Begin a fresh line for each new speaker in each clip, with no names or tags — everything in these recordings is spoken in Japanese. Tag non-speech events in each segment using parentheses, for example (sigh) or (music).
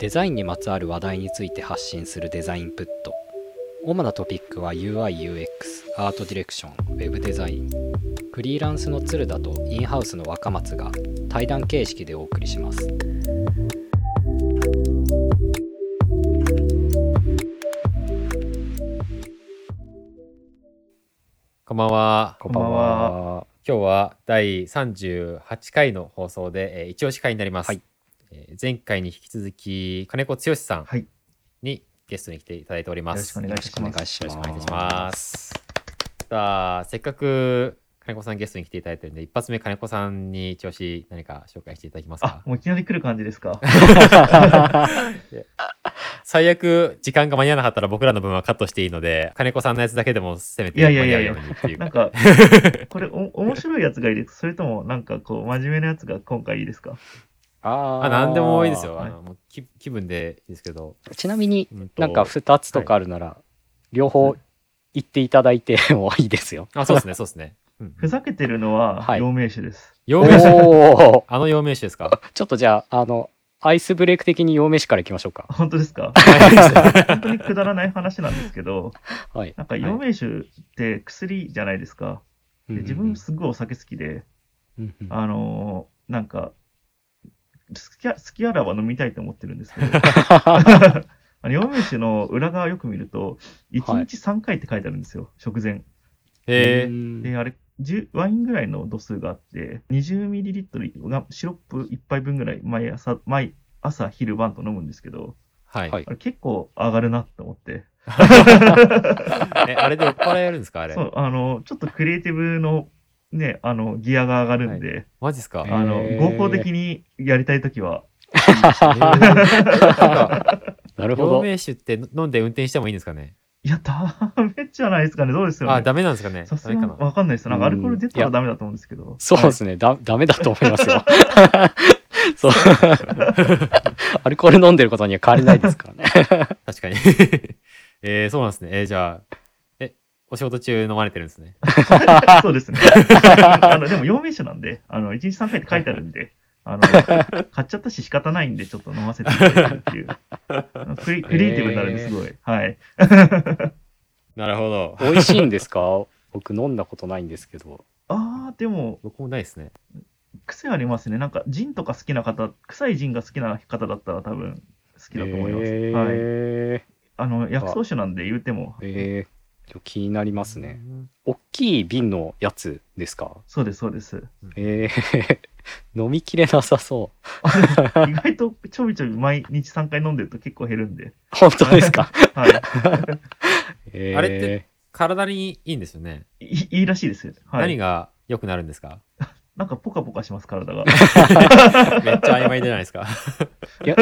デザインにまつわる話題について発信するデザインプット主なトピックは UIUX アートディレクションウェブデザインフリーランスの鶴田とインハウスの若松が対談形式でお送りします
こんばんは。
こ
んばんは
今日は第38回の放送で、えー、一押し会になります、
はい
えー前回に引き続き金子剛さん
はい。よ
にゲストに来ていただいておりま
ろ
す。
しくお願
よ
い
ろしく
し
お願
ま
い
す。
し
よろしくお願いいたし
ま
ますす。さあ、せっかく金子さんゲストに来ていただいてるんで、一発目金子さんに一押し何か紹介していただけます
あ
か、。
もういきなり来る感じで
(laughs)
すか
最悪時間が間に合わなかったら僕らの分はカットしていいので、金子さんのやつだけでもせめて
い
間
や
に
い
合
や
う
いやい
よう
や
にっていう
(laughs) なん
か。
か、これお、面白いやつがいいです。それとも、なんかこう、真面目なやつが今回いいですか
あー
あ、なんでもいいですよ。
はい
あのもう気気分でいいですけど。
ちなみに
うと
なんか2つとかあるなら、両方言っていただいてもいいですよ
あ、そうですね、そうですね。うん
ふざけてるのは
は、い
陽明酒です。
陽
お
明酒、
(laughs) お
あの陽明酒です
(laughs)
か
ちょっとじゃああのアイスブレイク的に陽明酒からいきましょうか
本当で
(laughs)
すか本当にくだらない話なんですけど、
はい
なんか
い
陽明酒って薬じゃないですか。で自分すごいお酒好きで、
うん
(laughs)
うん
あのーなんか、好きあ好きあらば飲みたいと思ってるんです
(laughs)
けど、あの陽明酒の裏側よく見ると、
はい
1日3回って書いてあるんですよ、食前。
えー、
で、あれ、10ワインぐらいの度数があって、20ml がシロップ1杯分ぐらい毎朝、毎朝、昼晩と飲むんですけど、
はい。
はい
あれ結構上がるなって思って、
え、あれで酔っ払えるんですかあれ
そ。う、あの、ちょっとクリエイティブのね、あの、ギアが上がるんで、
マジっすか、
はい
あ
へ
の、
ー
合法的にやりたいときは、
えーなんか
なるほ
陽
ど。
明酒って飲んで運転してもいいんですかね
いや、 (laughs) ダメじゃないですかね、どうですよね。
あ、ダメなんですかね
さす
ダ
が
メ
に
かな
わかんないです。なんかアルコール出た
う
ら
ん
ダメだと思うんですけど。
そうですね。だ、ダメだと思います
(laughs)
よ。そう。アルコール飲んでることには変わりないです
(laughs)
からね。
(laughs) 確かに。えー、そうなんですね。えーじゃあ、え、お仕事中飲まれてるんですね。
は
(laughs)
いそうですね。あの、でも、陽明酒なんで、あの、1日3回って書いてあるんで、あの、買っちゃったし仕方ないんで、ちょっと飲ませていただいてるっていう。あのクリクリエイティブになるんですごい。はい。
なるほど。
美味しいんですか僕飲んだことないんですけど。
あー、でも、
僕もないですね。
癖ありますね。なんか、ジンとか好きな方、臭いジンが好きな方だったら多分、好きだと思います。
え
はい。
ー
あの、薬草酒なんで言うても、
えーちょ気になりますね。
うん。
大きい瓶のやつですか
そうです、そうです。
えー (laughs) 飲みきれなさそう。
意外とちょびちょび毎日3回飲んでると結構減るんで。
本当ですか
(laughs) はい。
えー
あれって体にいいんですよね。
いいいらしいですよ。は
何
い。
が良くなるんですか
なんか、ポカポカします、
(laughs)
体が。
めっちゃ曖昧じゃないで
(laughs)
すか。
いや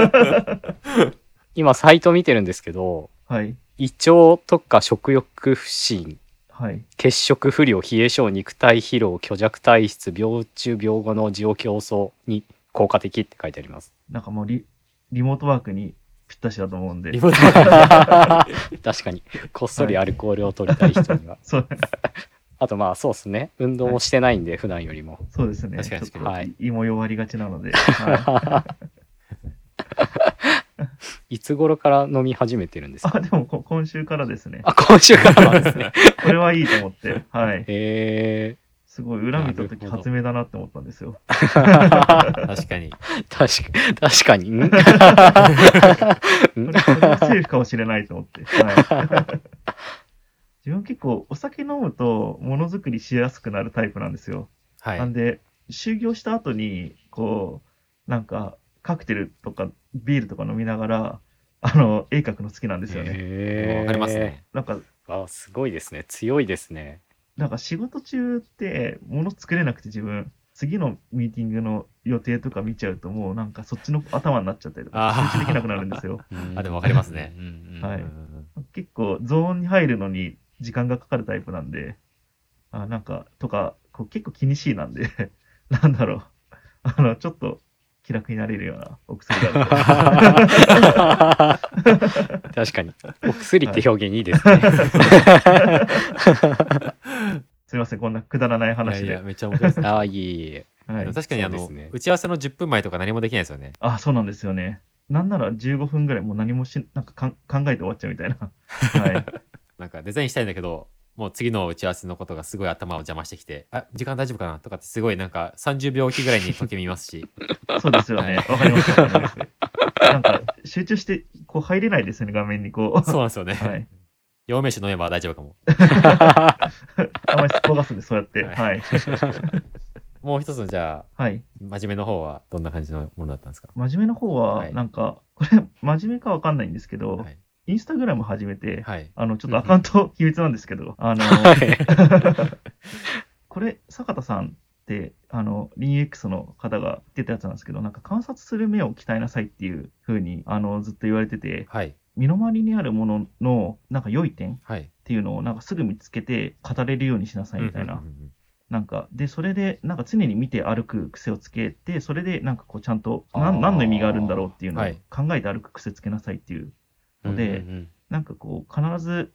今サイト見てるんですけど、
はい。
胃腸とか食欲不振
はい。
血色不良冷え性肉体疲労虚弱体質病中病後の需要競争に効果的って書いてあり
(laughs)
ます
なんかもうリ、リモートワークにぴったしだと思うんで
リ。モート
確かにこっそりアルコールを取りたい人には、
そう、
あとまあそうですね運動もしてないんで、普段よりも
(laughs)
そうですね。
確かに
ちょ
確
っ
かに
と、胃も弱りがちなので。はい
つ頃から飲み始めてるんです
い、
か
あ、でもこ、今週からですね。
あ今週からなんですね
これはいいと
(laughs)
思って。はい。
へえ
すごい、裏見た
なる
時
ほど
発明だなって思ったんですよ。
確かに。
確か確か
(laughs)
にんん
これ、これはセーフかもしれないと思って。はい。 (laughs) 自分結構、お酒飲むと、ものづくりしやすくなるタイプなんですよ。
はい。
なんで、就業した後に、こう、なんか、カクテルとかビールとか飲みながら、あの、鋭角の好きなんですよね。
へー
わかりますね。
なんか、
あすごいですね強いですね
なんか仕事中って物作れなくて自分、次のミーティングの予定とか見ちゃうともうなんかそっちの頭になっちゃったりと
あー
か、集中できなくなるん (laughs) ですよ。
あでもわかりますね
うんうんうん
はい
うん
結構ゾーンに入るのに時間がかかるタイプなんで、あなんか、とか、こう結構気にしいなんで、 (laughs) なんだろう、あの、ちょっと気楽になれるようなお薬
(laughs)
だと。
確かに。お薬って表現いいですね。
(laughs) すいません、こんなくだらない話
いやい
で
や、。めっちゃ面
(laughs)
白いですね。
ああ、いえいえ。
はい
確かにあの、
そうですね
打ち合わせの10分前とか何もできないですよね。
あ、そうなんですよね。なんなら15分ぐらいもう何もし、なんかかん考えて終わっちゃうみ
(laughs)
たいな。はい。
なんかデザインしたいんだけど、もう次の打ち合わせのことがすごい頭を邪魔してきて、あ、時間大丈夫かなとかってすごいなんか30秒おきぐらいに時計見ます
(laughs)
し、
そうですよね。わかります。わかりますなんか、集中して、こう入れないですよね、画面にこ
そうなんですよね。
う。はい。
陽明酒飲めば大丈夫かも。
あまりすっぽがすんで、そうやって。
は
はい。
もう一つのじゃあ、
はい。
真面目の方はどんな感じのものだったんですか
真面目の方は
は、い
なんか、これ、真面目かわかんないんですけど、
はい。
インスタグラム始めて、
はい。
あの、ちょっとアカウント秘密なんですけ
(laughs)
ど、あの、これ、坂田さんって、あの、リン X の方が言ってたやつなんですけど、なんか観察する目を鍛えなさいっていう風に、あの、ずっと言われてて、
はい。
身の回りにあるものの、なんか良い点っ
はい。
ていうのを、なんかすぐ見つけて語れるようにしなさいみたいな
うんうんうんうん
なんか、で、それで、なんか常に見て歩く癖をつけて、それで、なんかこう、ちゃんと、な
あー
ん何の意味があるんだろうっていうのを
はい
考えて歩く癖つけなさいっていう、
うん
で
うんうん
なんかこう、必ず、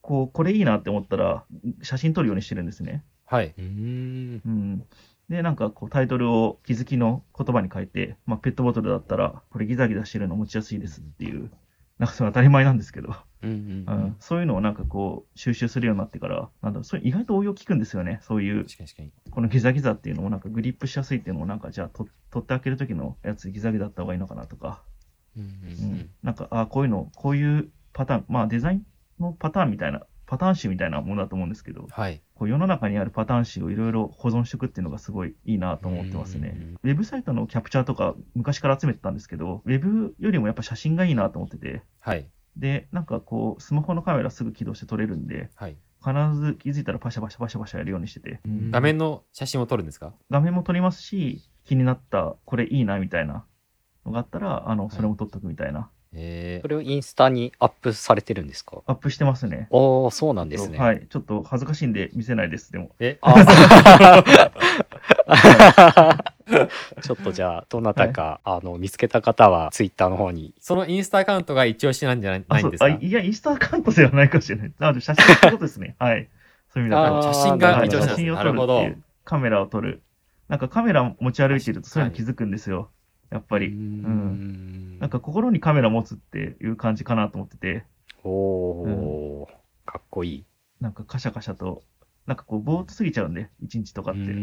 こう、これいいなって思ったら、写真撮るようにしてるんですね。
はい。
うーん
うん。で、なんかこう、タイトルを気づきの言葉に変えて、まあ、ペットボトルだったら、これギザギザしてるの持ちやすいですっていう、なんかそれ当たり前なんですけど、
うんうん
うんそういうのをなんかこう、収集するようになってから、なんだろう、それ意外と応用効くんですよね、そういう
確かに確かに。
このギザギザっていうのもなんかグリップしやすいっていうのもなんかじゃあと取って開ける時のやつギザギザだった方がいいのかなとか、
うん
う
うんん
なんかあこういうのこういうパターンまあデザインのパターンみたいなパターン集みたいなものだと思うんですけど
はい。
こう世の中にあるパターン集をいろいろ保存しておくっていうのがすごいいいなと思ってますね
うんうん
ウェブサイトのキャプチャーとか昔から集めてたんですけどウェブよりもやっぱ写真がいいなと思ってて
はい。
でなんかこうスマホのカメラすぐ起動して撮れるんで
はい。
必ず気づいたらパシャパシャパシャパシャやるようにしてて
うん
画面の写真を撮るんですか
画面も撮りますし、気になった、これいいなみたいなのがあったら、あの、それも撮っとくみたいな。
え
それをインスタにアップされてるんですか
アップしてますね。
おおそうなんですね。
はい。ちょっと恥ずかしいんで見せないです、でも。
ー、え、
あそう (laughs) ちょっとじゃあどなたか、あの見つけた方はツイッターの方に
そのインスタアカウントが一押しなんじゃない
あ、
ない
そ
ん
う
です
あ
か
いや、インスタアカウントではないかもしれない。なので、写真ってことです
(laughs)
ね。はい。そういう意味だ
あ
と
ー
写真
な
が
る
は
ほ
い。
一
ど
押しな
写
んです
真を
なる
撮る
ほ
って
ど
い。う、カメラを撮る。なんかカメラ持ち歩いてると、そういうの気づくんですよ。やっぱ
うー
り。
ん
なんか心にカメラ持つっていう感じかなと思ってて、
おお、かっこいい。
なんかカシャカシャと、なんかこう、ぼーっと過ぎちゃうんで、一日とかっ
う
て。
んうんう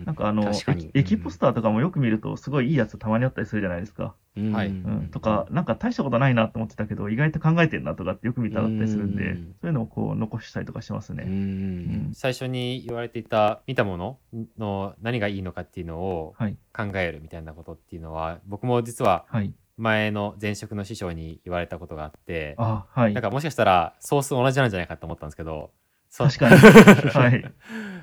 ん
なんかあの、
確かに
駅駅ポスターとかもよく見ると、すごいいいやつたまにあったりするじゃないですか。
うん
はい
うんとか、なんか大したことないなと思ってたけど、意外と考えてんなとかってよく見たらあったりするんで、
うん
そういうのをこう残したりとかします
う
ね。
ん
最初に言われていた見たものの何がいいのかっていうのを
はい
考えるみたいなことっていうのは僕も実は
はい。
前の前職の師匠に言われたことがあって
あ、はい
なん。かもしかしたらソース同じなんじゃないかと思ったんですけどそう
確かに。 (laughs) はい。
や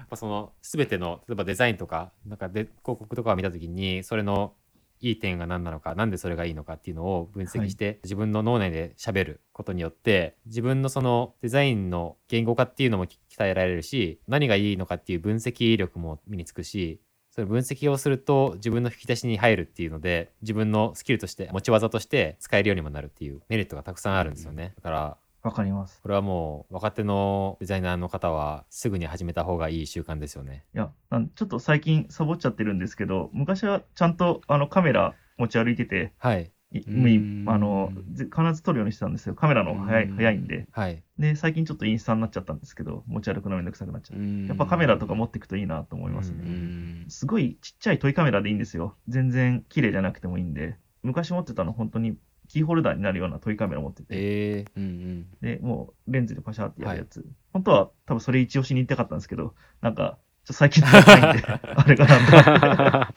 っぱその全ての例えばデザインとかなんかで広告とかを見た時にそれのいい点が何なのかなんでそれがいいのかっていうのを分析して、自分の脳内で喋ることによって自分のそのデザインの言語化っていうのも鍛えられるし何がいいのかっていう分析力も身につくしその分析をすると自分の引き出しに入るっていうので自分のスキルとして持ち技として使えるようにもなるっていうメリットがたくさんあるんですよね。だから
わかります。
これはもう若手のデザイナーの方はすぐに始めた方がいい習慣ですよね。
いや、なんちょっと最近サボっちゃってるんですけど、昔はちゃんとあのカメラ持ち歩いてて、
はい。
い
うん
あの、ぜ必ず撮るようにしてたんですよ。カメラの方が早い、
うん
早いんで。
はい。
で、最近ちょっとインスタになっちゃったんですけど、持ち歩くのめんどくさくなっちゃって。
うん
やっぱカメラとか持ってくといいなと思いますね。
うん
すごいちっちゃいトイカメラでいいんですよ。全然綺麗じゃなくてもいいんで。昔持ってたの本当にキーホルダーになるようなトイカメラ持ってて、
ええ
うんうん
で、もうレンズでパシャってやるやつ。本当は多分それ一押しに行きたかったんですけど、なんか、ちょっと最近使ってないんで、あれかな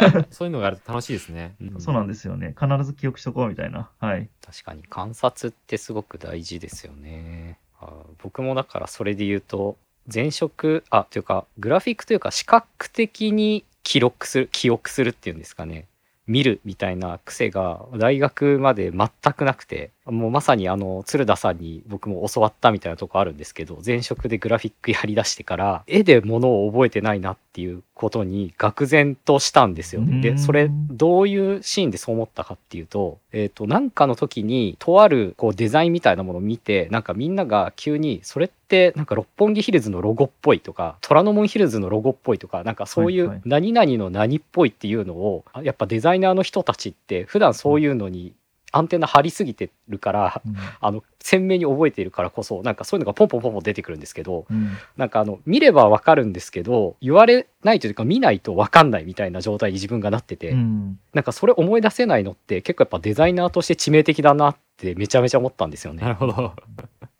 と思って。
そういうのがあると楽しいですね。
うん
そうなんですよね。必ず記憶しとこうみたいな。はい。
確かに観察ってすごく大事ですよね。あ僕もだからそれで言うと前職あというかグラフィックというか視覚的に記録する記憶するっていうんですかね見るみたいな癖が大学まで全くなくてもうまさにあの鶴田さんに僕も教わったみたいなとこあるんですけど前職でグラフィックやりだしてから絵で物を覚えてないなっていうことに愕然としたんですよね。
う
で
ん
それどういうシーンでそう思ったかっていうと,、えー、となんかの時にとあるこうデザインみたいなものを見てなんかみんなが急にそれってなんか六本木ヒルズのロゴっぽいとか虎ノ門ヒルズのロゴっぽいとかなんかそうい
はいは
う
い
何々の何っぽいっていうのをあやっぱデザイナーの人たちって普段そういうのにアンテナ張りすぎてるから
うん
あの鮮明に覚えているからこそなんかそういうのがポンポンポンポン出てくるんですけど
うん
なんかあの見ればわかるんですけど言われないというか見ないとわかんないみたいな状態に自分がなってて、
うん
なんかそれ思い出せないのって結構やっぱデザイナーとして致命的だなってめちゃめちゃ思ったんですよ
な
ね。
るほど。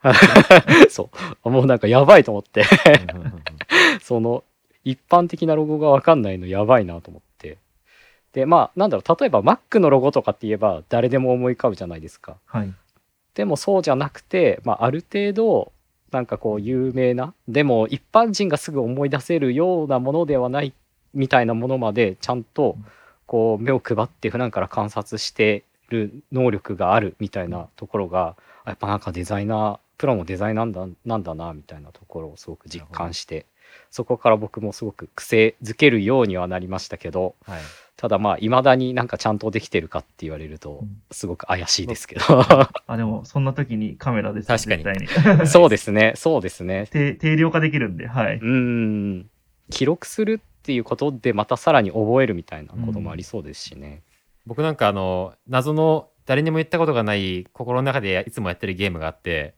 (laughs) そうもうなんかやばいと思って (laughs)
うんうんうんうん
その一般的なロゴがわかんないのやばいなと思って。でまあなんだろう例えば Mac のロゴとかって言えば誰でも思い浮かぶじゃないですか。
はい。
でもそうじゃなくて、まあ、ある程度なんかこう有名なでも一般人がすぐ思い出せるようなものではないみたいなものまでちゃんとこう目を配って普段から観察してる能力があるみたいなところがあやっぱなんかデザイナープロのデザイナーなんだなんだなみたいなところをすごく実感してそこから僕もすごく癖づけるようにはなりましたけど
はい。
ただまあいまだになんかちゃんとできてるかって言われると
うん
すごく怪しいですけど。
あ、でも、そんな時にカメラです。
確かに
絶対に。 (laughs)
そうです
(laughs)
ね、そうですね。。
定定量化できるんで、はいう
ーん、記録するっていうことで、またさらに覚えるみたいなこともありそうですしね。
僕なんかあの謎の誰にも言ったことがない心の中でいつもやってるゲームがあって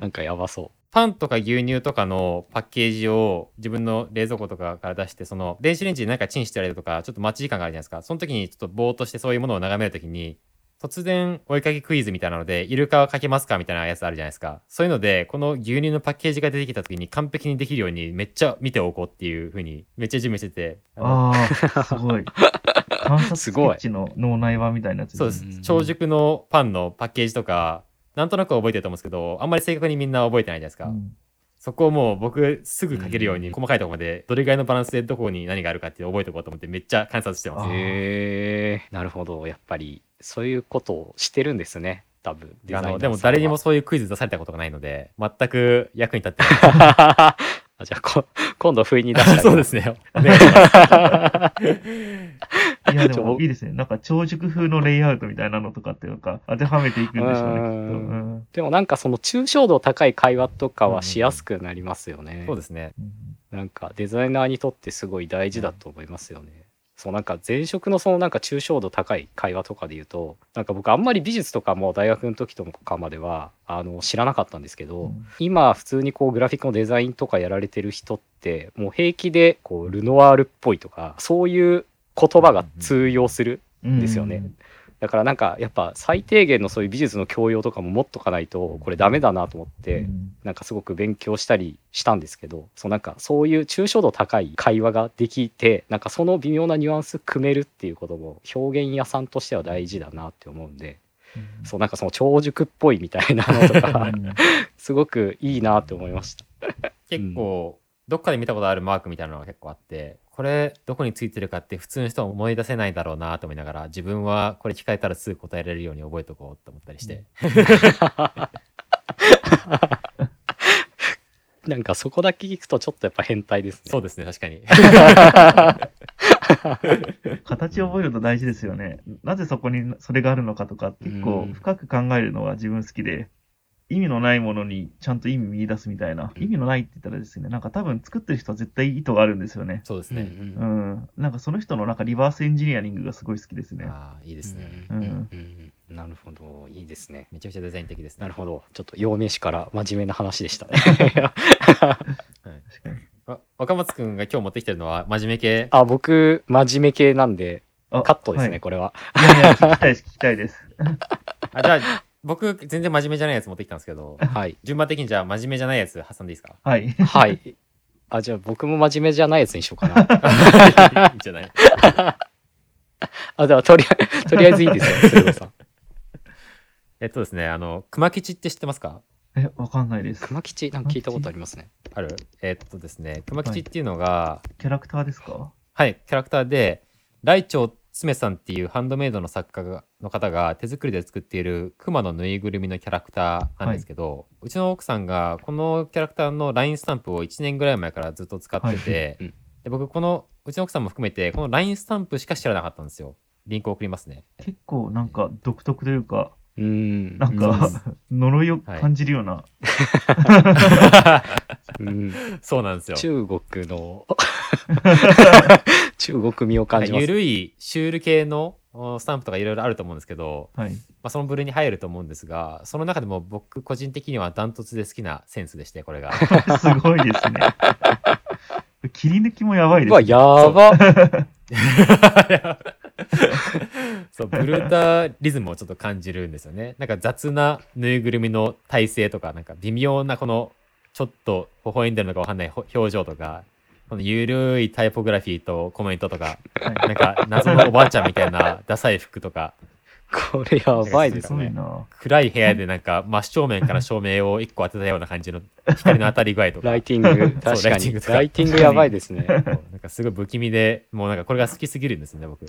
なんかやばそ
パンとか牛乳とかのパッケージを自分の冷蔵庫とかから出してその電子レンジで何かチンしてられるとかちょっと待ち時間があるじゃないですかその時にちょっとぼーっとしてそういうものを眺める時に突然追いかけクイズみたいなのでイルカはかけますかみたいなやつあるじゃないですかそういうのでこの牛乳のパッケージが出てきた時に完璧にできるようにめっちゃ見ておこうっていう風にめっちゃ準備しててあの
ああ、すごい。観察ス
す
ケ
ごい
ッチの脳内版みたいなやつ。
そうです
うん
長熟のパンのパッケージとかなんとなくは覚えてると思うんですけどあんまり正確にみんな覚えてないじゃないですか、
うん
そこをもう僕すぐ書けるように
うん
細かいところまでどれぐらいのバランスでどこに何があるかって覚えておこうと思ってめっちゃ観察して
う。
ます
あー
へえー、なるほど、やっぱりそういうことをしてるんですね、多分デザイナーさん
あの
は
でも誰にも (laughs) そういうクイズ出されたことがないので全く役に立ってな
(laughs) あじゃあこ、 (laughs) 今度、不意に出し
い
た
(laughs) そうですねお願いします
いや、
(laughs)
で
ちょ
もいいですね。なんか、超熟風のレイアウトみたいなのとかって、なんか、当てはめていく
(laughs)
んでしょうね、きっと
う
うんん。
でもなんかその抽象度高い会話とかはしやすくなりますよね。
そうですね
なんかデザイナーにとってすごい大事だと思いますよね。そうなんか前職のそのなんか抽象度高い会話とかで言うとなんか僕あんまり美術とかも大学の時とかまではあの知らなかったんですけど、
うん
今普通にこうグラフィックのデザインとかやられてる人ってもう平気でこうルノワールっぽいとかそういう言葉が通用する
うん
ですよね。だからなんかやっぱ最低限のそういう美術の教養とかも持っとかないとこれダメだなと思って、
うん
なんかすごく勉強したりしたんですけどそうなんかそういう抽象度高い会話ができてなんかその微妙なニュアンス組めるっていうことも表現屋さんとしては大事だなって思うんでそうなんかその長熟っぽいみたいなのと
う
か
ん
すごくいいなって思いました。
結構どっかで見たことあるマークみたいなのが結構あってこれどこについてるかって普通の人は思い出せないだろうなと思いながら自分はこれ聞かれたらすぐ答えられるように覚えとこうと思ったりして、
なんかそこだけ聞くとちょっとやっぱ変態ですね。
(laughs) そうですね確かに
形を覚えると大事ですよね。なぜそこにそれがあるのかとか、結
う
構
ん
深く考えるのは自分好きで、意味のないものにちゃんと意味見出すみたいな。意味のないって言ったらですね、なんか多分作ってる人は絶対意図があるんですよね。
(laughs) そうです
うんう
(laughs) ね、
うんん。なんかその人のなんかリバースエンジニアリングがすごい好きですね。
ああいいですね、
う
うんん
うんうんなるほどいいですね。
めちゃくちゃデザイン的ですね
なるほどちょっと陽明師から真面目な話でしたね。
確かに。
わ若松くんが今日持ってきてるのは真面目系
あ僕真面目系なんで
あ
カットですね、
はい
これは。
いやいや、聞きたいです、聞きたいです。
あじゃあ僕全然真面目じゃないやつ持ってきたんですけど
はい
順番的にじゃあ真面目じゃないやつ挟んでいいですか
(laughs)
はい。
はい。あ、じゃあ僕も真面目じゃないやつにしようかな。 (laughs)
いいんじゃない
あ、ではとりあえず、とりあえずいいですよ、鶴瓶さ
(laughs)
ん。
えっとですねあの熊吉って知ってますか
え、わかんないです。
熊吉、なんか聞いたことありますね。
あるえっとですね熊吉っていうのが
キャラクターですか
はい、キャラクターでライチョウっスメさんっていうハンドメイドの作家がの方が手作りで作っているクマのぬいぐるみのキャラクターなんですけど、うちの奥さんがこのキャラクターの LINE スタンプを1年ぐらい前からずっと使ってて、
はいうん
で僕このうちの奥さんも含めてこの LINE スタンプしか知らなかったんですよリンク送りますね
結構なんか独特というか、
うん。
なんか (laughs) 呪いを感じるような、
うん、
そうなんですよ
中国
(laughs)
の中国味を感じます
ゆ。るいシュール系のおスタンプとかいろいろあると思うんですけど、
はい。
まあ、その部類に入ると思うんですがその中でも僕個人的にはダントツで好きなセンスでしてこれが
すごい (laughs)
(laughs)
ですね。切り抜きもやばいで
う
す
わ、
ね。
やば。
そうブルータリズムをちょっと感じるんですよね (laughs) なんか雑なぬいぐるみの体勢とかなんか微妙なこのちょっと微笑んでるのかわかんないほ表情とかこのゆるいタイポグラフィーとコメントとか
はい
なんか謎のおばあちゃんみたいなダサい服とか
これやばいですす
ごい
ね。
な。
暗い部屋でなんか真正面から照明を一個当てたような感じの光の当たり具合とか
ライティン
(laughs)
グ、確か
ライティン
に。
グとか
ライティングやばいですね。
なんかすごい不気味でもうなんかこれが好きすぎるんですね僕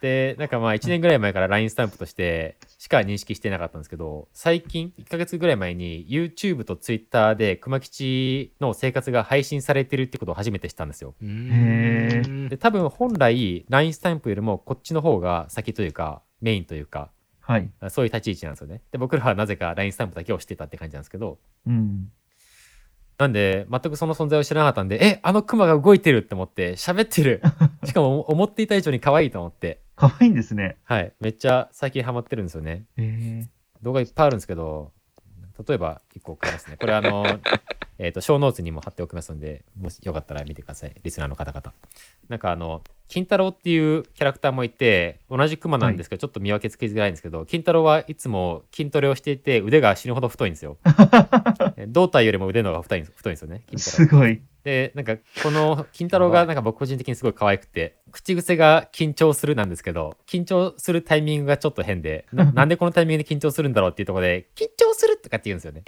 でなんかまあ1年ぐらい前から LINE スタンプとしてしか認識してなかったんですけど最近1ヶ月ぐらい前に YouTube と Twitter で熊吉の生活が配信されてるってことを初めて知ったんですよ
へ
へ
で多分本来 LINE スタンプよりもこっちの方が先というかメインというか
はい。
そういう立ち位置なんですよねで僕らはなぜか LINE スタンプだけをしてたって感じなんですけど
うん。
なんで、全くその存在を知らなかったんで、え、あのクマが動いてるって思って、喋ってる。しかも、思っていた以上に可愛いと思って。
可愛いんですね。
はい。めっちゃ最近ハマってるんですよね。
え
動画いっぱいあるんですけど、例えば一個送りますね。これあの、えっと、小ノーツにも貼っておきますので、もしよかったら見てください。リスナーの方々。なんかあの、金太郎っていうキャラクターもいて、同じクマなんですけど、ちょっと見分けつきづらいんですけど、金太郎はいつも筋トレをしていて、腕が死ぬほど太いんですよ。え胴体よりも腕の方が太いんです太いんですよね。
ー、
金太郎
すごい。
で、なんか、この、金太郎が、なんか僕個人的にすごい可愛くて、口癖が緊張するなんですけど、緊張するタイミングがちょっと変で、ななんでこのタイミングで緊張するんだろうっていうところで、緊張するとかって言うんですよね。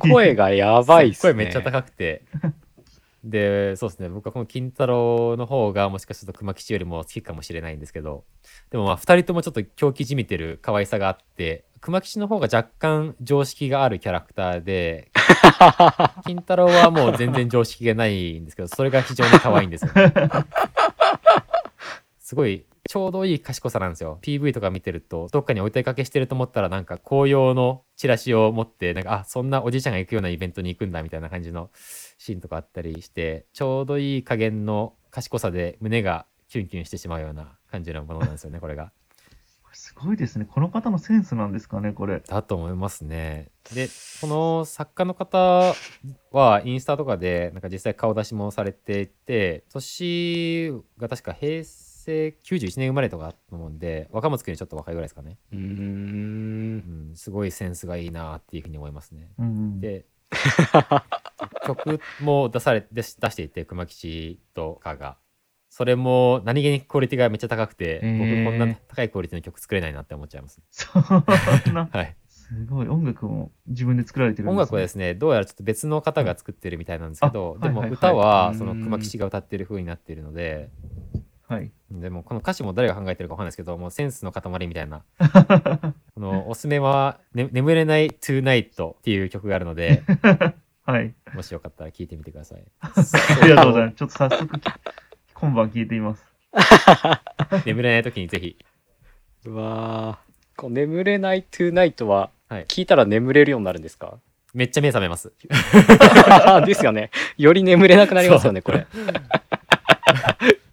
声がやばいっすね。
(laughs) 声めっちゃ高く
(laughs)
て。で、そうですね、僕はこの金太郎の方が、もしかすると熊吉よりも好きかもしれないんですけど、でもまあ、二人ともちょっと狂気じみてる可愛さがあって、熊吉の方が若干常識があるキャラクタ
(laughs)
ーで、金太郎はもう全然常識がないんですけど、それが非常に可愛いんですよね。すごい、ちょうどいい賢さなんですよ。PV とか見てると、どっかにおいてかけしてると思ったら、なんか紅葉のチラシを持って、なんか、あ、そんなおじいちゃんが行くようなイベントに行くんだみたいな感じのシーンとかあったりして、ちょうどいい加減の賢さで胸がキュンキュンしてしまうような感じのものなんですよね、これが。
すごいですね。この方のセンスなんですかね、これ。
だと思いますね。で、この作家の方はインスタとかで、なんか実際顔出しもされていて、年が確か平成91年生まれとかだと思うんで、若松君よりちょっと若いぐらいですかね。
うー。
うんん、すごいセンスがいいなっていうふうに思いますね。
うんうん。
で、曲も出され出し出していて、熊吉とかが。それも何気にクオリティがめっちゃ高くて、
へー
僕こんな高いクオリティの曲作れないなって思っちゃいます。
(laughs) そんな、
はい。
すごい。音楽も自分で作られてるん
音楽はですすねどうやらちょっと別の方が作ってるみたいなんですけど、
あ
でも
はいはいはい
歌は
うん
その熊吉が歌ってる風になっているので、
ね。はい。
でもこの歌詞も誰が考えてるかわかんないですけどもうセンスの塊みたいなこのおすすめは、ね「眠れない Tonight」っていう曲があるので (laughs)
はい。
もしよかったら聴いてみてください
ありがとうございます。ちょっと早速、今晩聞いてみます。
眠れない時にぜひ
うわーこう眠れないトゥーナイトは、
はい
聞いたら眠れるようになるんですか (laughs)
めっちゃ目覚めます
ですよね。より眠れなくなりますよね、こ
(laughs)
れ。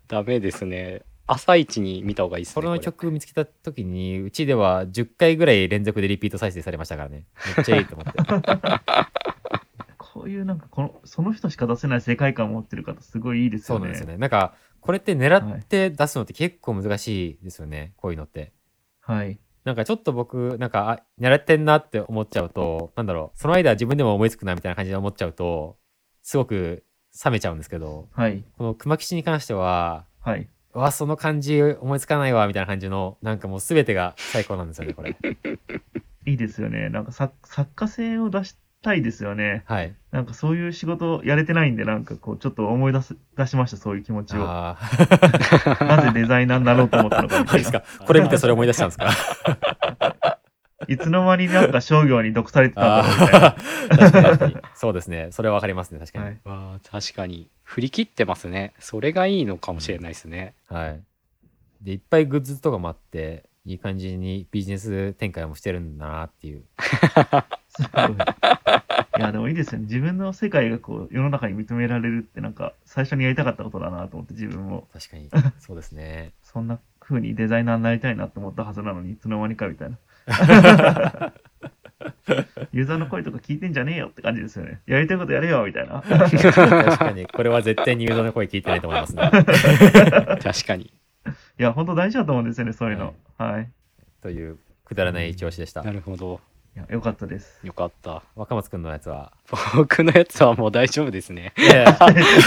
ダメですね。朝一に見た方がいいですね。
それの
これ
曲見つけた時にうちでは10回ぐらい連続でリピート再生されましたからねめっちゃいいと思って
こういうなんかこの、その人しか出せない世界観を持ってる方、すごいいいです
そう
よ
な
ね。
んですよねなんかこれって狙って出すのって結構難しいですよね、こういうのって
はい。
なんかちょっと僕、なんか、あ、狙ってんなって思っちゃうと、なんだろう、その間自分でも思いつくなみたいな感じで思っちゃうと、すごく冷めちゃうんですけど、
はい。
この熊吉に関しては、
はい。
うわ、その感じ思いつかないわ、みたいな感じの、なんかもう全てが最高なんですよね、これ。
いいですよね。なんか作作家性を出したいですよね。
はい。
なんかそういう仕事やれてないんで、なんかこう、ちょっと思い出す出しました、そういう気持ちを。
あ
なぜデザイナーになろうと思ったのかみ
あ。
た
いい (laughs)
い
です
な。
か。これ見てそれ思い出したんですか。
いつの間になんか商業に毒されてたんだろうみたい
(laughs)
な。
ああ。確か (laughs) に確かに。そうですね。それはわかりますね。確かに。
わあ確かに振り切ってますねそれがいいのかもしれないですね、
はい。で、いっぱいグッズとかもあって、いい感じにビジネス展開もしてるんだなっていう。
すごい。いや、でもいいですよね。自分の世界がこう、世の中に認められるって、なんか、最初にやりたかったことだなと思って、自分も、
(laughs)
確かに。そうですね。
そんな風にデザイナーになりたいなって思ったはずなのに、いつの間にかみ (laughs) たいな。ユーザーの声とか聞いてんじゃねえよって感じですよね。やりたいことやれよみたいな。
確かに。これは絶対にユーザーの声聞いてないと思いま
(laughs)
すね。
確
(laughs)
かに
いや、本当大事だと思うんですよね、そういうの。はい。
という、くだらない調子でした
な。るほど
いや、よかったです。
よかった
若松くんのやつは。
僕のやつはもう大丈夫ですね
いやいや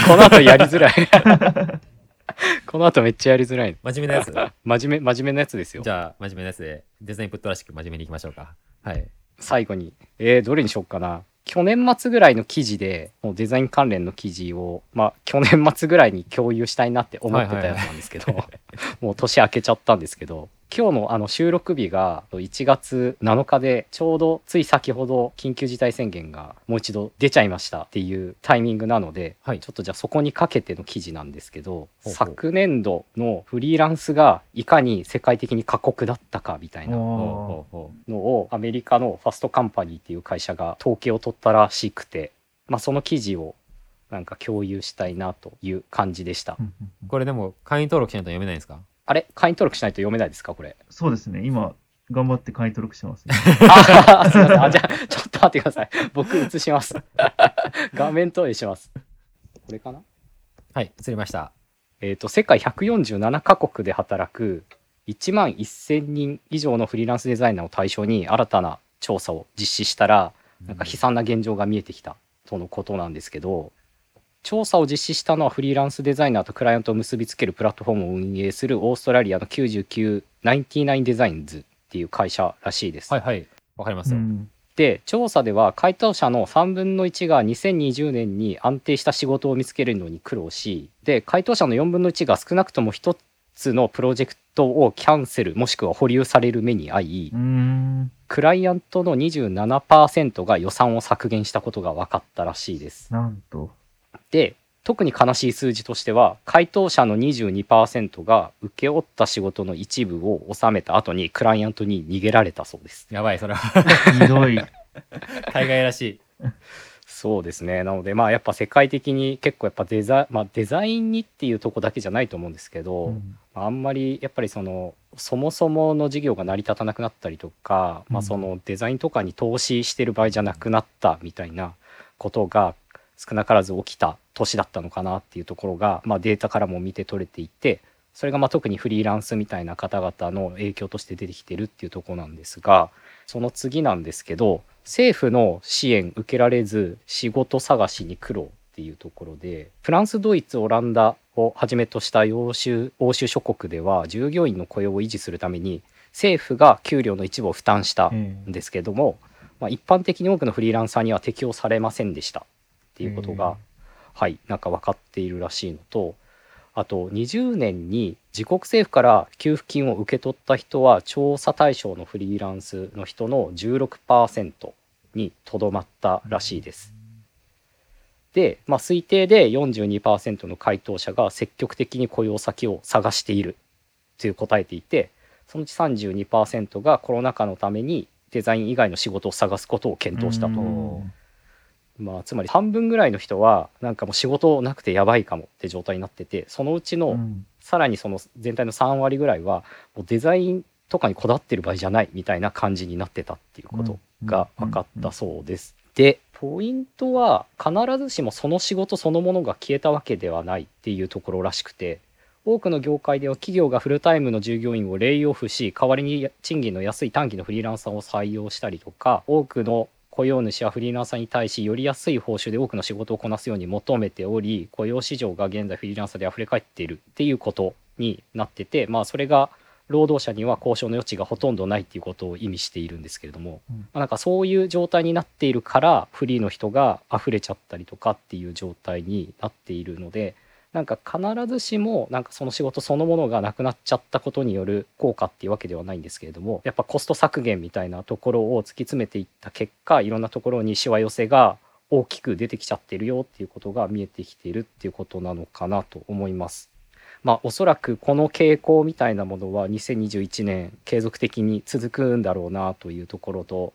この後やりづらい
(laughs)
この後めっちゃやりづ (laughs) らい
真面目なやつ
真面目真面目なやつですよ
じゃあ、真面目なやつで、デザインプットらしく真面目にいきましょうか。はい。
最後に、えーどれにしようかな。去年末ぐらいの記事で、もうデザイン関連の記事を、まあ、去年末ぐらいに共有したいなって思ってたやつなんですけど、 (laughs) もう年明けちゃったんですけど、今日のあの収録日が1月7日で、ちょうどつい先ほど緊急事態宣言がもう一度出ちゃいましたっていうタイミングなので、
はい
ちょっとじゃあそこにかけての記事なんですけど、
ほうほう
昨年度のフリーランスがいかに世界的に過酷だったかみたいな
ほう
お
ほうほう
のをアメリカのファストカンパニーっていう会社が統計を取ったらしくて、まあ、その記事をなんか共有したいなという感じでした
ー。うんうんうん
これでも、会員登録しないと読めないんですか
あれ会員登録しないと読めないですかこれ
そうですね、今、頑張って会員登録してます、ね。
あーすいませんあじゃあちょっと待ってください僕映します (laughs) 画面投影しますこれかな
はい、映りました。
えっ、と世界147カ国で働く1万1000人以上のフリーランスデザイナーを対象に新たな調査を実施したらなんか悲惨な現状が見えてきたとのことなんですけど調査を実施したのはフリーランスデザイナーとクライアントを結びつけるプラットフォームを運営するオーストラリアの9999デザインズっていう会社らしいです。
はいはい、わかります
う
よ。
ん
で調査では回答者の3分の1が2020年に安定した仕事を見つけるのに苦労しで回答者の4分の1が少なくとも1つのプロジェクトをキャンセルもしくは保留される目に遭い、
うーん、
クライアントの27%が予算を削減したことが分かったらしいです。
なんと。
で、特に悲しい数字としては、回答者の22%が請け負った仕事の一部を収めた後にクライアントに逃げられたそうです。
やばい、それ
(laughs)
は
ひど (laughs) い。
海外らしい。
そうですね。なので、まあやっぱ世界的に結構やっぱデザ,、まあ、デザインにっていうとこだけじゃないと思うんですけど、
うん
あんまりやっぱりそのそもそもの事業が成り立たなくなったりとか、ま
う
あ、
ん
そのデザインとかに投資してる場合じゃなくなったみたいなことが少なからず起きた年だったのかなっていうところが、まあ、データからも見て取れていてそれがまあ特にフリーランスみたいな方々の影響として出てきてるっていうところなんですがその次なんですけど政府の支援受けられず仕事探しに苦労っていうところでフランスドイツオランダをはじめとした欧州欧州諸国では従業員の雇用を維持するために政府が給料の一部を負担した
え
んですけども、まあ、一般的に多くのフリーランサーには適用されませんでしたっていうことが、はいなんか分かっているらしいのとあと20年に自国政府から給付金を受け取った人は調査対象のフリーランスの人の16%にとどまったらしいです。で、まあ、推定で42%の回答者が積極的に雇用先を探しているという答えていてそのうち32%がコロナ禍のためにデザイン以外の仕事を探すことを検討したと。
うん
まあ、つまり半分ぐらいの人はなんかもう仕事なくてやばいかもって状態になっててそのうちの
うん
さらにその全体の3割ぐらいはもうデザインとかにこだわってる場合じゃないみたいな感じになってたっていうことが分かったそうです。でポイントは必ずしもその仕事そのものが消えたわけではないっていうところらしくて多くの業界では企業がフルタイムの従業員をレイオフし代わりに賃金の安い短期のフリーランサーを採用したりとか多くの雇用主はフリーランサーに対しより安い報酬で多くの仕事をこなすように求めており雇用市場が現在フリーランサーで溢れ返っているっていうことになっててまあそれが労働者には交渉の余地がほとんどないっていうことを意味しているんですけれども、
うん
まあ、なんかそういう状態になっているからフリーの人が溢れちゃったりとかっていう状態になっているのでなんか必ずしもなんかその仕事そのものがなくなっちゃったことによる効果っていうわけではないんですけれどもやっぱコスト削減みたいなところを突き詰めていった結果いろんなところにしわ寄せが大きく出てきちゃってるよっていうことが見えてきているっていうことなのかなと思います。まあ、おそらくこの傾向みたいなものは2021年継続的に続くんだろうなというところと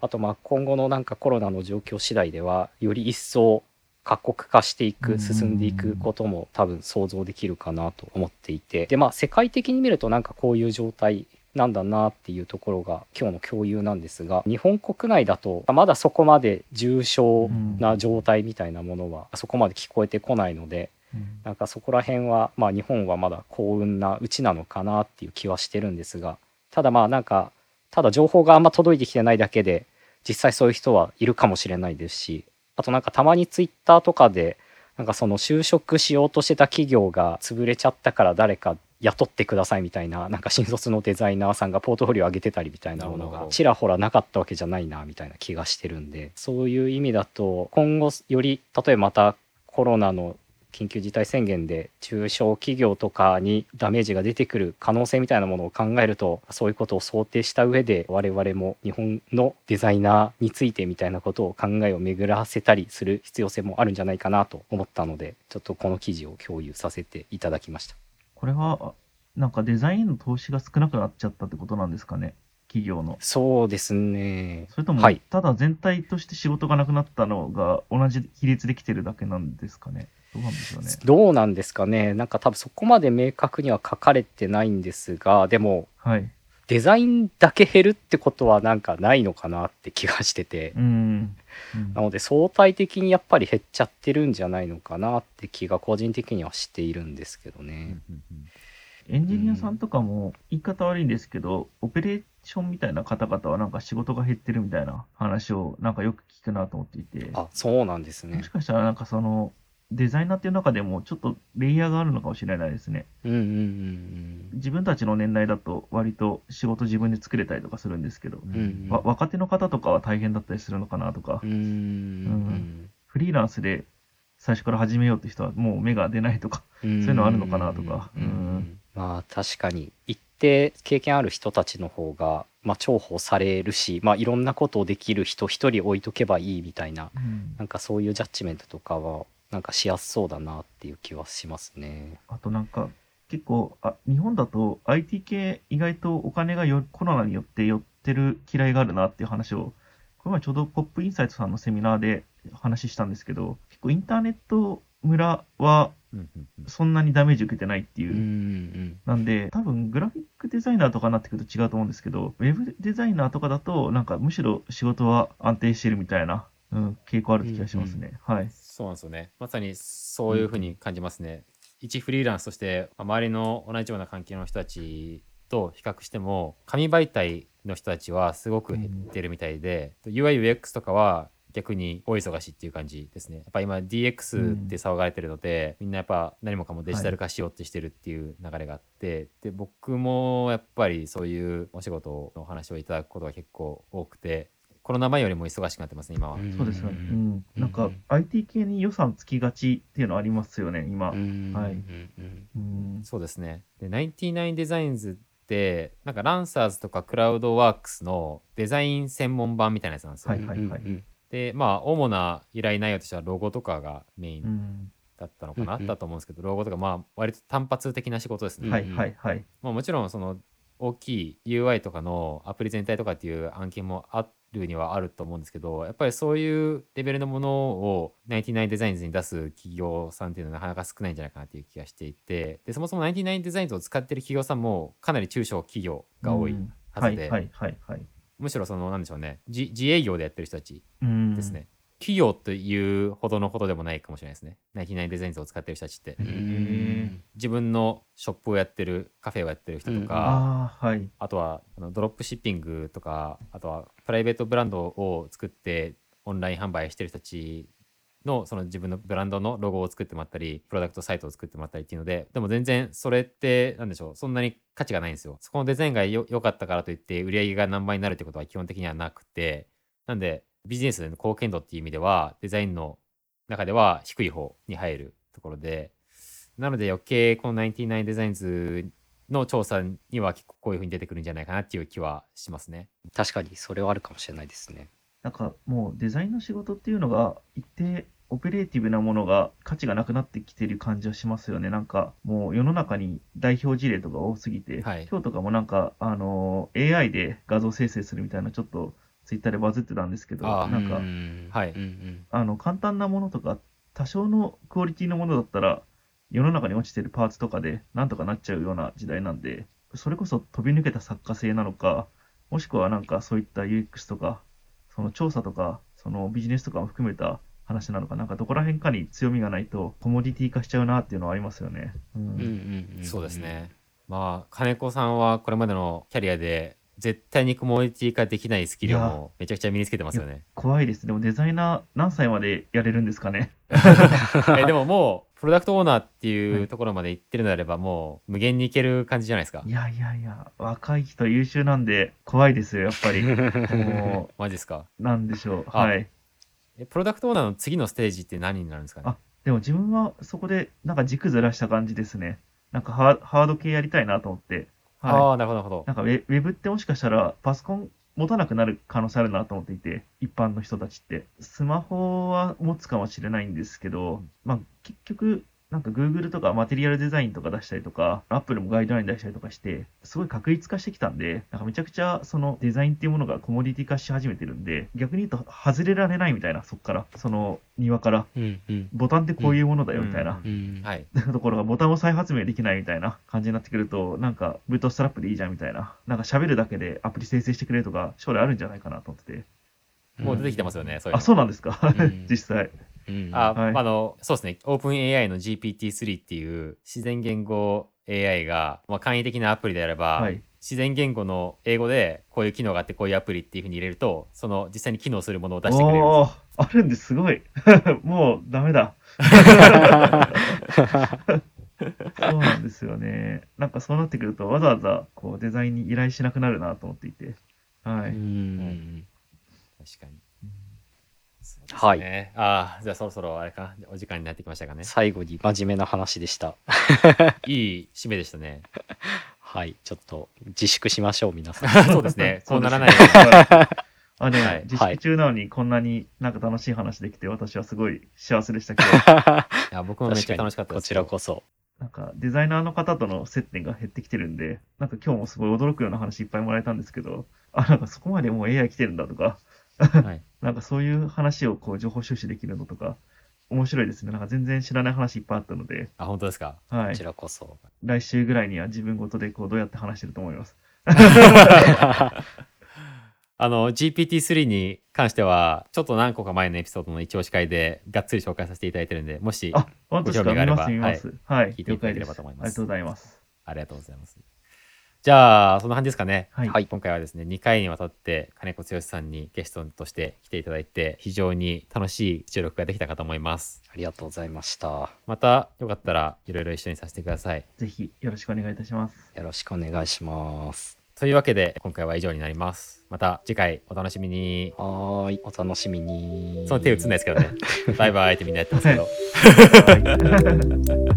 あとまあ今後のなんかコロナの状況次第ではより一層過酷化してい
うん
く進んでいくことも多分想像できるかなと思っていてでまあ世界的に見るとなんかこういう状態なんだなっていうところが今日の共有なんですが日本国内だとまだそこまで重症な状態みたいなものはそこまで聞こえてこないので
うん
なんかそこら辺は、まあ、日本はまだ幸運なうちなのかなっていう気はしてるんですがただまあなんかただ情報があんま届いてきてないだけで実際そういう人はいるかもしれないですしあとなんかたまにツイッターとかでなんかその就職しようとしてた企業が潰れちゃったから誰か雇ってくださいみたいななんか新卒のデザイナーさんがポートフォリオ上げてたりみたいなもの
なる
が
ほど
ちらほらなかったわけじゃないなみたいな気がしてるんでそういう意味だと今後より例えばまたコロナの緊急事態宣言で中小企業とかにダメージが出てくる可能性みたいなものを考えるとそういうことを想定した上で我々も日本のデザイナーについてみたいなことを考えを巡らせたりする必要性もあるんじゃないかなと思ったのでちょっとこの記事を共有させていただきました。
これは、なんかデザインへの投資が少なくなっちゃったってことなんですかね、企業の。
そうですね
それとも、
はい
ただ全体として仕事がなくなったのが同じ比率できてるだけなんですかね。どうなんでしょうね。
どうなんですかねなんか多分そこまで明確には書かれてないんですがでも
はい。
デザインだけ減るってことはなんかないのかなって気がしてて
うん。うん
なので相対的にやっぱり減っちゃってるんじゃないのかなって気が個人的にはしているんですけど
う
ね。
んうんうん
エンジニアさんとかも、言い方悪いんですけど、オペレーションみたいな方々はなんか仕事が減ってるみたいな話をなんかよく聞くなと思っていて、
あそうなんですね
もし。かしたらなんかその、デザイナーっていう中でもちょっとレイヤーがあるのかもしれないですね。
うんうんうん
自分たちの年代だと割と仕事自分で作れたりとかするんですけど、
うん。うん
わ若手の方とかは大変だったりするのかなとか、
うん。うんうん
フリーランスで最初から始めようって人はもう芽が出ないとか、
うんうん
そういうのあるのかなとか
うん
うん
まあ確かに一定経験ある人たちの方が、まあ、重宝されるし、まあ、いろんなことをできる人一人置いとけばいいみたいななんかそういうジャッジメントとかはなんかしやすそうだなっていう気はしますね。
あとなんか結構あ日本だと IT 系意外とお金がよコロナによって寄ってる嫌いがあるなっていう話をこの前ちょうどポップインサイトさんのセミナーで話したんですけど結構インターネット村は
うんうんうん
そんなにダメージ受けてないっていうう、
んうん
なんで、多分グラフィックデザイナーとかになってくると違うと思うんですけど、ウェブデザイナーとかだと、なんかむしろ仕事は安定してるみたいな、うん、傾向ある気がしますね。はい。
そうなんですよね。まさにそういうふうに感じますね。一フリーランスとしてまあ周りの同じような関係の人たちと比較しても紙媒体の人たちはすごく減ってるみたいで、UIUX とかは逆に大忙しっていう感じですね。やっぱ今 DX って騒がれてるので、みんなやっぱ何もかもデジタル化しようってしてるっていう流れがあって、で僕もやっぱりそういうお仕事のお話をいただくことが結構多くてコロナ前よりも忙しくなってますね今は。
うん。
そうですよね。うんん。なん
う
か
ん
IT 系に予算つきがちっていうのありますよね、今。
うん
はい
うんうん
うん。
そうですね。で、99デザインズって、なんかランサーズとかクラウドワークスのデザイン専門版みたいなやつなんですよ。
はいはいはい
うん
で、まあ、主な依頼内容としてはロゴとかがメイ
う
ン
ん。
だったのかな、
うんうん
だと思うんですけど、ロゴとか、まあ、割と単発的な仕事ですね。
うん
はいはいはい。
まあ、もちろん、その、大きい UI とかのアプリ全体とかっていう案件もあるにはあると思うんですけど、やっぱりそういうレベルのものを99デザインズに出す企業さんっていうのはなかなか少ないんじゃないかなっていう気がしていて、でそもそも99デザインズを使ってる企業さんもかなり中小企業が多い
うん
は
は
ず
い
で、
はいはいはい。
むしろその、なんでしょうね、自自営業でやってる人たち
うん。
ですね。。企業というほどのことでもないかもしれないですね。99デザインズを使ってる人たちって
う。ん
自分のショップをやってる、カフェをやってる人とか、
ああ、はい。
あとはあのドロップシッピングとかあとはプライベートブランドを作ってオンライン販売してる人たちのその自分のブランドのロゴを作ってもらったりプロダクトサイトを作ってもらったりっていうのででも全然それってなんでしょうそんなに価値がないんですよそこのデザインがよ良かったからといって売り上げが何倍になるってことは基本的にはなくてなんでビジネスでの貢献度っていう意味ではデザインの中では低い方に入るところでなので余計この99デザインズの調査には結構こういうふうに出てくるんじゃないかなっていう気はしますね。
確かにそれはあるかもしれないですね。
なんかもうデザインの仕事っていうのが一定オペレーティブなものが価値がなくなってきてる感じはしますよね。なんかもう世の中に代表事例とか多すぎて、
はい
今日とかもなんかあの AI で画像生成するみたいなちょっとツイッターでバズってたんですけど、
あー
なんか
ん
はい
うんうん
あの簡単なものとか多少のクオリティのものだったら世の中に落ちてるパーツとかでなんとかなっちゃうような時代なんでそれこそ飛び抜けた作家性なのかもしくはなんかそういった UX とかその調査とかそのビジネスとかも含めた話なのかなんかどこら辺かに強みがないとコモディティ化しちゃうなっていうのはありますよね。う
うん
ん
んんん
そうです (laughs) ね。まあ金子さんはこれまでのキャリアで絶対にコモディティ化できないスキルを
い
もうめちゃくちゃ身につけてますよね。
怖いですね。でもデザイナー何歳までやれるんですかね。
えでももうプロダクトオーナーって
はいいう
ところまで行ってるのであればもう無限にいける感じじゃないですか
い。やいやいや、若い人優秀なんで怖いですよ、やっ
(laughs)
ぱり。も
マジですか
う、なんでしょう。
あ
はい。
えプロダクトオーナーの次のステージって何になるんですかね
あでも自分はそこでなんか軸ずらした感じですね。なんかハーハード系やりたいなと思って。
あ
は
あなるほどなるほ
い。なんかウェウェブってもしかしたらパソコン持たなくなる可能性あるなと思っていて、一般の人たちって。スマホは持つかもしれないんですけど、まあ結局、なんか Google とかマテリアルデザインとか出したりとか、Apple もガイドライン出したりとかして、すごい確立化してきたんで、なんかめちゃくちゃそのデザインっていうものがコモディティ化し始めてるんで、逆に言うと外れられないみたいな、そっから、その庭から。
うんうん
ボタンってこういうものだよみたいな、 (laughs)
うん
うん
ど。はい。
ところがボタンを再発明できないみたいな感じになってくると、なんか、ブートストラップでいいじゃんみたいな、なんか喋るだけでアプリ生成してくれるとか、将来あるんじゃないかなと思ってて、
もう出てきてますよね。そういう
あ、
の
そうなんですか、
うん
(laughs) 実際。
うん
あ、
はい
まああの、そうですね。OpenAI の GPT-3 っていう自然言語 AI が、まあ、簡易的なアプリであれば、
はい。
自然言語の英語でこういう機能があってこういうアプリっていうふうに入れると、その実際に機能するものを出してくれるんで
おーあるんです、すごい。 (laughs) もうダメ
(laughs)
だ。そうなんですよね。なんかそうなってくると、わざわざこうデザインに依頼しなくなるなと思っていて、は
う
い。
ん
す。確かに。
は
ね
い。
ああ、じゃあそろそろあれかな。お時間になってきましたかね。
最後に真面目な話でした。
いい締めでした (laughs) ね。
はい。ちょっと自粛しましょう、皆さん。
そうですね。こうならないように。
い。あ、でも
はい、
自
はい
粛中なのにこんなになんか楽しい話できて、私はすごい幸せでした
(laughs)
けど、
いや (laughs) 僕もめっちゃ楽しかったで
こ
す。
ちらこそ。
なんかデザイナーの方との接点が減ってきてるんで、なんか今日もすごい驚くような話いっぱいもらえたんですけど、あ、なんかそこまでもう AI 来てるんだとか、
はい
なんかそういう話をこう情報収集できるのとか、面白いですね。なんか全然知らない話いっぱいあったので、
あ、本当ですか。
は
こ
い
ち。らこそ。
来週ぐらいには自分ごとでこうどうやって話してると思います。
あの、GPT-3 に関しては、ちょっと何個か前のエピソードの一押し会でがっつり紹介させていただいてるんで、もし
あ、本当です
ご興
か
味があ
見
れ
ま
ば
す見ます。は
聞
い。
いて
了
いただけ
解
れ
です。
ば
あ
と思い
り
ま
が
す
とう。ございます。
ありがとうございます。じゃあ、そんな感じですかね。
はい。
はい
今回はですね、2回にわたって金子剛さんにゲストとして来ていただいて、非常に楽しい収録ができたかと思います。
ありがとうございました。
また、よかったらいろいろ一緒にさせてください。
ぜひよろしくお願いいたします。
よろしくお願いします。
というわけで、今回は以上になります。また次回お楽しみに。
はーい。お楽しみに。
(laughs)
その手打つんないですけどね。バイバイってみんなやってますけど。
はい